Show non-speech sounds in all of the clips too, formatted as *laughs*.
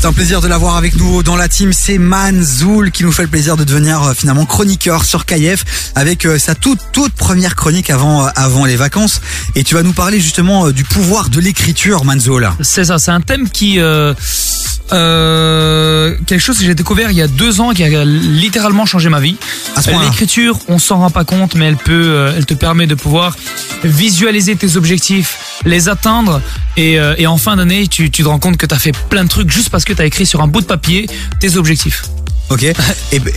C'est un plaisir de l'avoir avec nous dans la team. C'est Manzoul qui nous fait le plaisir de devenir euh, finalement chroniqueur sur KF avec euh, sa toute toute première chronique avant euh, avant les vacances. Et tu vas nous parler justement euh, du pouvoir de l'écriture, Manzoul. C'est ça, c'est un thème qui... euh, euh, quelque chose que j'ai découvert il y a deux ans qui a littéralement changé ma vie. À ce Euh, point-là. L'écriture, on s'en rend pas compte, mais elle peut, euh, elle te permet de pouvoir visualiser tes objectifs, les atteindre, et, euh, et en fin d'année, tu, tu te rends compte que t'as fait plein de trucs juste parce que t'as écrit sur un bout de papier tes objectifs. Ok. Et,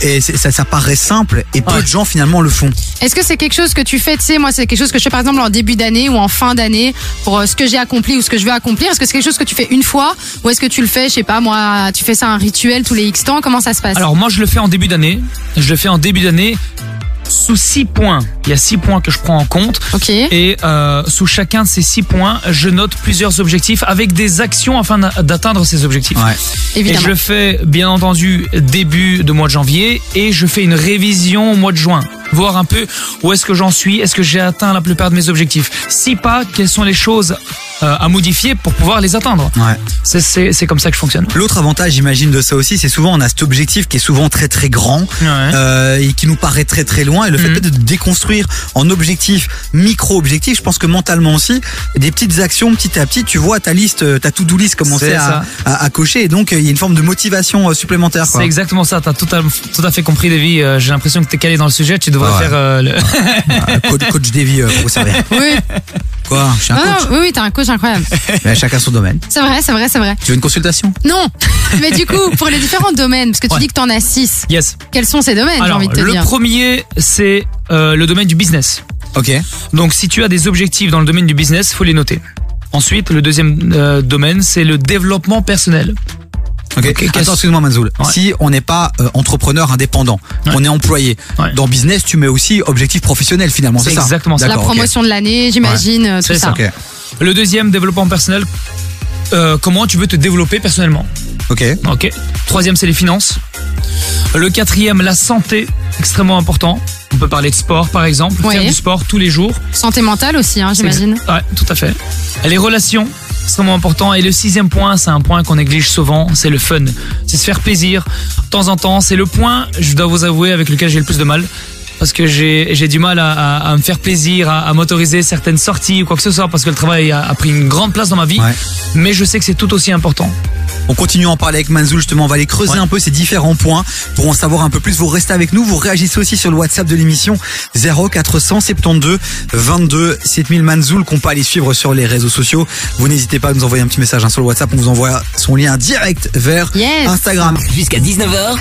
et c'est- ça, ça paraît simple et peu Ouais. de gens finalement le font. Est-ce que c'est quelque chose que tu fais, tu sais, moi c'est quelque chose que je fais par exemple en début d'année ou en fin d'année pour euh, ce que j'ai accompli ou ce que je veux accomplir Est-ce que c'est quelque chose que tu fais une fois ou est-ce que tu le fais, je sais pas moi, tu fais ça un rituel tous les X temps Comment ça se passe Alors moi je le fais en début d'année. Je le fais en début d'année sous six points. Il y a six points que je prends en compte. Ok. Et euh, sous chacun de ces six points, je note plusieurs objectifs avec des actions afin d'a- d'atteindre ces objectifs. Ouais. Et Évidemment. je le fais bien entendu début de mois de janvier et je fais une révision au mois de juin, voir un peu où est-ce que j'en suis, est-ce que j'ai atteint la plupart de mes objectifs. Si pas, quelles sont les choses euh, à modifier pour pouvoir les atteindre. Ouais. C'est- C'est c'est comme ça que je fonctionne. L'autre avantage, j'imagine, de ça aussi, c'est souvent on a cet objectif qui est souvent très très grand euh, et qui nous paraît très très loin. Et le fait Hein Mhm. peut-être de déconstruire en objectif, micro-objectif, je pense que mentalement aussi, des petites actions petit à petit, tu vois ta liste, euh, ta to-do list commencer C'est à, ça. à, à cocher. Et donc, euh, il y a une forme de motivation euh, supplémentaire. Quoi. C'est exactement ça, t'as tout à, tout à fait compris, Davy. Euh, J'ai l'impression que t'es calé dans le sujet, tu devrais Ouais. faire euh, le- *laughs* Ah, coach, coach Davy, euh, vous savez. Oui, Quoi Je suis un Ah, coach. oui, oui, t'as un *laughs* coach incroyable. Mais chacun son domaine. C'est vrai, c'est vrai, c'est vrai. Tu veux une consultation Non, mais du coup, pour les différents domaines, parce que tu Ouais. dis que t'en as six, Yes. quels sont ces domaines, j'ai Alors, envie de te le dire premier, c'est euh, le domaine du business. Ok. Donc, si tu as des objectifs dans le domaine du business, faut les noter. Ensuite, le deuxième euh, domaine, c'est le développement personnel. Ok. qu'est-ce- Attends, excuse-moi, Manzoul. Ouais. Si on n'est pas euh, entrepreneur indépendant, Ouais. on est employé. Ouais. Dans business, tu mets aussi objectif professionnel finalement. C'est C'est ça exactement ça. La D'accord, ok. promotion de l'année, j'imagine, euh, tout C'est ça. ça. Ok. Le deuxième, développement personnel. euh, comment tu veux te développer personnellement Ok. Ok. Troisième, c'est les finances. Le quatrième, la santé, extrêmement important. On peut parler de sport, par exemple. Ouais. Faire du sport tous les jours. Santé mentale aussi, hein, j'imagine. Ouais, tout à fait. Les relations, c'est extrêmement important. Et le sixième point, c'est un point qu'on néglige souvent, c'est le fun. C'est se faire plaisir. De temps en temps, c'est le point, je dois vous avouer, avec lequel j'ai le plus de mal. Parce que j'ai j'ai du mal à, à- à me faire plaisir, à, à m'autoriser certaines sorties ou quoi que ce soit, parce que le travail a, a pris une grande place dans ma vie. Ouais. Mais je sais que c'est tout aussi important. On continue à en parler avec Manzoul justement, on va aller creuser Ouais. un peu ces différents points pour en savoir un peu plus. Vous restez avec nous, vous réagissez aussi sur le WhatsApp de l'émission 0472 22 7000 Manzoul qu'on peut aller suivre sur les réseaux sociaux. Vous n'hésitez pas à nous envoyer un petit message hein, sur le WhatsApp, on vous envoie son lien direct vers Yes. Instagram. Jusqu'à 19h,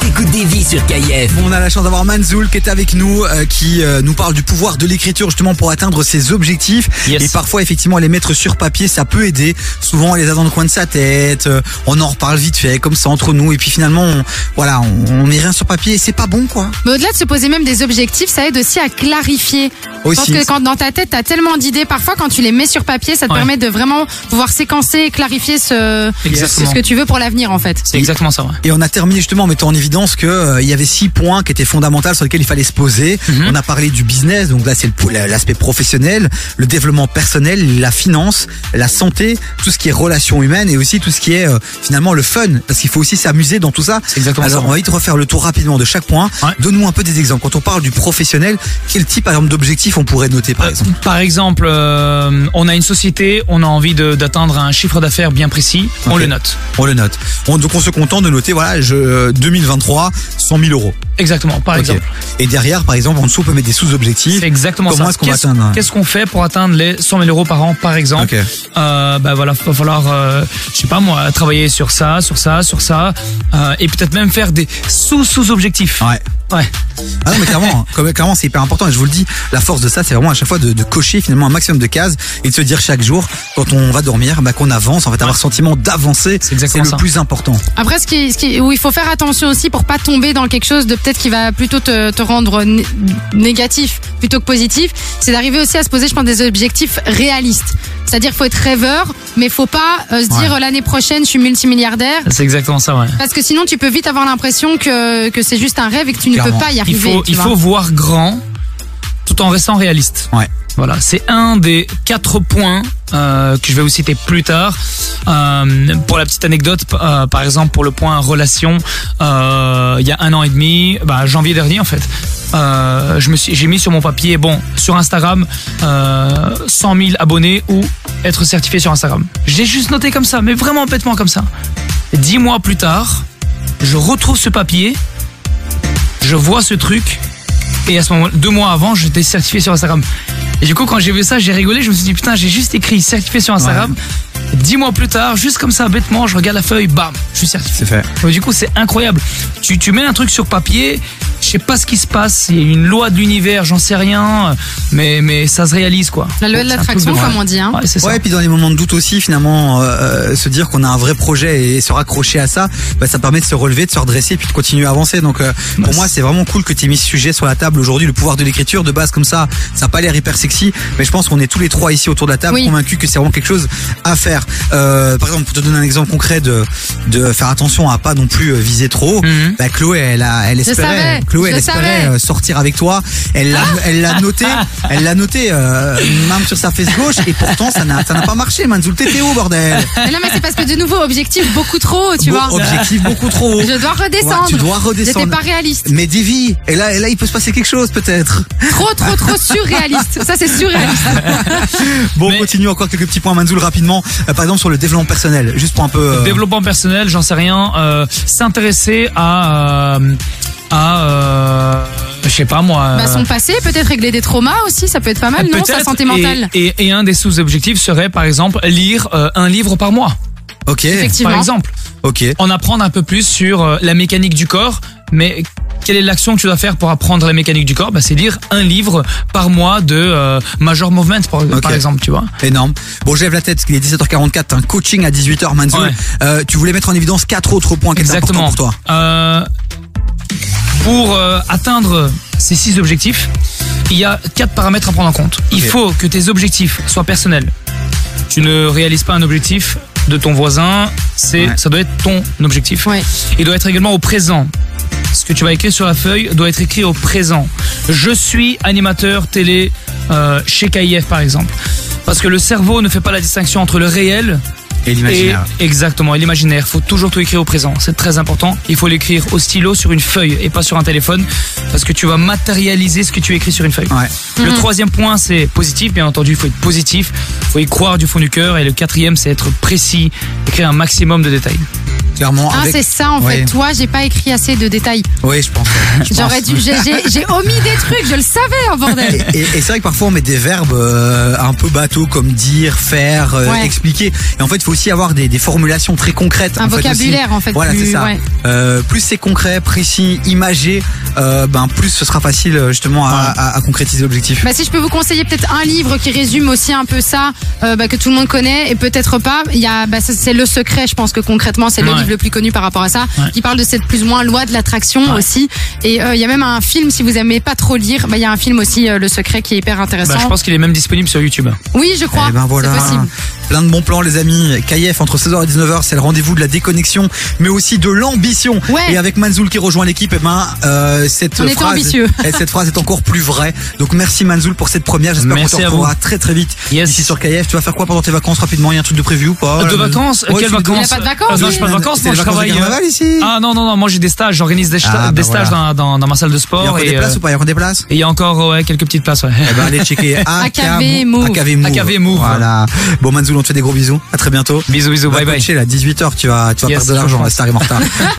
t'écoutes des vies sur KIF. On a la chance d'avoir Manzoul qui est avec nous, euh, qui euh, nous parle du pouvoir de l'écriture justement pour atteindre ses objectifs. Yes. Et parfois effectivement les mettre sur papier, ça peut aider. Souvent on les a dans le coin de sa tête, euh, on en reparle vite fait comme ça entre nous. Et puis finalement, on, voilà, on, on met rien sur papier et c'est pas bon quoi. Mais au-delà de se poser même des objectifs, ça aide aussi à clarifier. Je pense Aussi. que quand dans ta tête, t'as tellement d'idées, parfois quand tu les mets sur papier, ça te Ouais. permet de vraiment pouvoir séquencer et clarifier ce, Exactement. ce que tu veux pour l'avenir en fait. C'est exactement ça, ouais. Et on a terminé justement en mettant en évidence que euh, il y avait six points qui étaient fondamentaux sur lesquels il fallait se poser. Mhm. On a parlé du business, donc là c'est le po- la- l'aspect professionnel, le développement personnel, la finance, la santé, tout ce qui est relations humaines et aussi tout ce qui est euh, finalement le fun, parce qu'il faut aussi s'amuser dans tout ça. C'est exactement Alors ça. on va vite refaire le tour rapidement de chaque point. Ouais. Donne-nous un peu des exemples. Quand on parle du professionnel, quel type par exemple d'objectif on pourrait noter par Euh, exemple Par exemple, euh, on a une société, on a envie de- d'atteindre un chiffre d'affaires bien précis, on Ok. le note. On le note. On, donc on se contente de noter voilà je, euh, 2023 100 000 euros. Exactement, par Ok. exemple. Et derrière par exemple en dessous on peut mettre des sous-objectifs. C'est exactement Comment ça. est-ce qu'on va Qu'est-ce- atteindre, hein Qu'est-ce qu'on fait pour atteindre les 100 000 euros par an, par exemple Ok. euh, Bah voilà, va falloir, euh, je sais pas moi, travailler sur ça, sur ça, sur ça, euh, et peut-être même faire des sous-sous-objectifs. Ouais. Ouais. Ah non, mais clairement, comme- clairement, c'est hyper important. Et je vous le dis, la force de ça, c'est vraiment à chaque fois de, de cocher finalement un maximum de cases et de se dire chaque jour, quand on va dormir, bah, qu'on avance, en fait, avoir le sentiment d'avancer. C'est exactement le ça. plus important. Après, ce qui, ce qui- où il faut faire attention aussi pour pas tomber dans quelque chose de peut-être qui va plutôt te, te rendre né- négatif plutôt que positif, c'est d'arriver aussi à se poser, je pense, des objectifs réalistes. C'est-à-dire, faut être rêveur, mais faut pas euh, se Ouais. dire euh, l'année prochaine, je suis multimilliardaire. C'est exactement ça, ouais. Parce que sinon, tu peux vite avoir l'impression que, que c'est juste un rêve et que tu ne Clairement. peux pas y Il arriver. faut, tu il vois. faut voir grand tout en restant réaliste. Ouais. Voilà, c'est un des quatre points euh, que je vais vous citer plus tard. Euh, pour la petite anecdote, p- euh, par exemple pour le point relation, euh, il y a un an et demi, bah, janvier dernier en fait, euh, je me suis, j'ai mis sur mon papier, bon, sur Instagram, euh, 100 000 abonnés ou être certifié sur Instagram. J'ai juste noté comme ça, mais vraiment bêtement comme ça. Dix mois plus tard, je retrouve ce papier, je vois ce truc, et à ce moment, deux mois avant, j'étais certifié sur Instagram. Et du coup, quand j'ai vu ça, j'ai rigolé. Je me suis dit, putain, j'ai juste écrit certifié sur Instagram. Dix mois plus tard, juste comme ça, bêtement, je regarde la feuille, bam, je suis certifié. C'est fait. Donc, du coup, c'est incroyable. Tu, tu mets un truc sur papier, je sais pas ce qui se passe. Il y a une loi de l'univers, j'en sais rien, mais, mais ça se réalise, quoi. La loi de C'est un l'attraction, truc de- comme on dit. Hein. Ouais, c'est ça. Ouais, et puis dans les moments de doute aussi, finalement, euh, euh, se dire qu'on a un vrai projet et se raccrocher à ça, bah, ça permet de se relever, de se redresser, puis de continuer à avancer. Donc, euh, Bah, pour moi, c'est vraiment cool que tu aies mis ce sujet sur la table aujourd'hui, le pouvoir de l'écriture. De base, comme ça, ça n'a pas l'air hyper sexy, mais je pense qu'on est tous les trois ici autour de la table Oui. convaincus que c'est vraiment quelque chose à faire. Euh, par exemple, pour te donner un exemple concret de, de faire attention à pas non plus euh, viser trop haut, Mhm. bah, Chloé, elle, a, elle espérait, savais, Chloé, je elle espérait savais. Ah euh, sortir avec toi. Elle l'a, elle l'a *laughs* noté, elle l'a noté, euh, même sur sa fesse gauche. Et pourtant, ça n'a, ça n'a pas marché. Manzoul, t'étais où, bordel Mais non, mais c'est parce que de nouveau, objectif beaucoup trop haut, *laughs* tu Bon, vois. Objectif beaucoup trop haut. Je dois redescendre. Ouais, tu dois redescendre. J'étais pas réaliste. Mais dévie. Et là, et là, il peut se passer quelque chose, peut-être. Trop, trop, trop surréaliste. Ça, c'est surréaliste. Bon, Mais- continue encore quelques petits points, Manzoul, rapidement. Euh, par exemple, sur le développement personnel, juste pour un peu. euh, Développement personnel, j'en sais rien. euh, S'intéresser à. euh, à. euh, je sais pas Ah. moi. Bah, euh, son passé, peut-être régler des traumas aussi, ça peut être pas mal, non Sa peut-être, santé et- mentale. Et, et un des sous-objectifs serait, par exemple, lire euh, un livre par mois, Ok, Effectivement. par exemple. ok. en apprendre un peu plus sur euh, la mécanique du corps, mais quelle est l'action que tu dois faire pour apprendre la mécanique du corps bah, C'est lire un livre par mois de euh, Major Movement, par, par Ok. exemple, tu vois. Énorme. Bon, je lève la tête parce qu'il est 17h44, t'as un hein. coaching à 18h, Manzoul. Ouais. Euh, tu voulais mettre en évidence quatre autres points qui étaient importants Exactement. pour toi. Euh, pour euh, atteindre ces six objectifs, il y a quatre paramètres à prendre en compte. Il Ok. faut que tes objectifs soient personnels. Tu ne réalises pas un objectif de ton voisin, c'est Ouais. ça doit être ton objectif. Ouais. Il doit être également au présent. Ce que tu vas écrire sur la feuille doit être écrit au présent. Je suis animateur télé euh, chez KIF par exemple. Parce que le cerveau ne fait pas la distinction entre le réel Et et l'imaginaire. exactement et l'imaginaire. Faut toujours tout écrire au présent. C'est très important. Il faut l'écrire au stylo sur une feuille et pas sur un téléphone parce que tu vas matérialiser ce que tu écris sur une feuille. Ouais. Le troisième point, c'est positif. Bien entendu, il faut être positif. Il faut y croire du fond du cœur. Et le quatrième, c'est être précis, écrire un maximum de détails. Clairement. Ah, Oh, avec... c'est ça, en Ouais. fait. Toi, j'ai pas écrit assez de détails. Oui, je pense. ouais, je J'aurais pense. dû, j'ai, j'ai- j'ai omis des trucs, je le savais, en Et, bordel. et- et c'est vrai que parfois on met des verbes euh, un peu bateaux comme dire, faire, euh, Ouais. expliquer. Et en fait, il faut aussi avoir des, des formulations très concrètes. Un en fait, vocabulaire, aussi. en fait, Voilà, plus- c'est ça. ouais. Euh, plus c'est concret, précis, imagé, euh, ben plus ce sera facile euh, justement à, à- à concrétiser l'objectif. Bah, si je peux vous conseiller peut-être un livre qui résume aussi un peu ça, euh, bah, que tout le monde connaît et peut-être pas. Il y a, bah, ça, c'est le secret, je pense que concrètement, c'est le Ouais. livre le plus connu par rapport à ça, Ouais. qui parle de cette plus ou moins loi de l'attraction Ouais. aussi. Et euh, il y a même un film, si vous aimez pas trop lire, bah, il y a un film aussi, euh, le secret, qui est hyper intéressant. Bah, je pense qu'il est même disponible sur YouTube. Oui, je crois. Eh ben voilà, C'est possible. plein de bons plans les amis. KF entre 16h et 19h, c'est le rendez-vous de la déconnexion, mais aussi de l'ambition. Ouais. Et avec Manzoul qui rejoint l'équipe, eh ben euh, cette On était phrase, *laughs* ambitieux. eh, cette phrase est encore plus vraie. Donc merci Manzoul pour cette première. J'espère qu'on Merci te à retrouvera très très vite Yes. ici sur KF. Tu vas faire quoi pendant tes vacances rapidement Il y a un truc de prévu ou pas de Là, vacances Euh, Ouais, Quelles tu- vacances Il a pas de vacances, Ah, Non, lui. hein. je pas de vacances. C'est Moi, les je vacances de travaille. euh, carnaval ici. Ah non, non, non, moi j'ai des stages. J'organise des, Ah, sta- bah des stages voilà. dans, dans- dans ma salle de il y a sport. encore Et, des places euh, ou pas Il y a encore des places et il y a encore ouais, quelques petites places. Ouais. Eh ben allez *laughs* checker AKV Move. AKV Move. AKV Move. Voilà. Bon Manzoul, on te fait des gros bisous. À très bientôt. Bisous, bisous, Va bye bye. coacher, là, 18h, tu vas, tu vas Yes, perdre de je l'argent, pense. *laughs* là, si t'arrives en retard.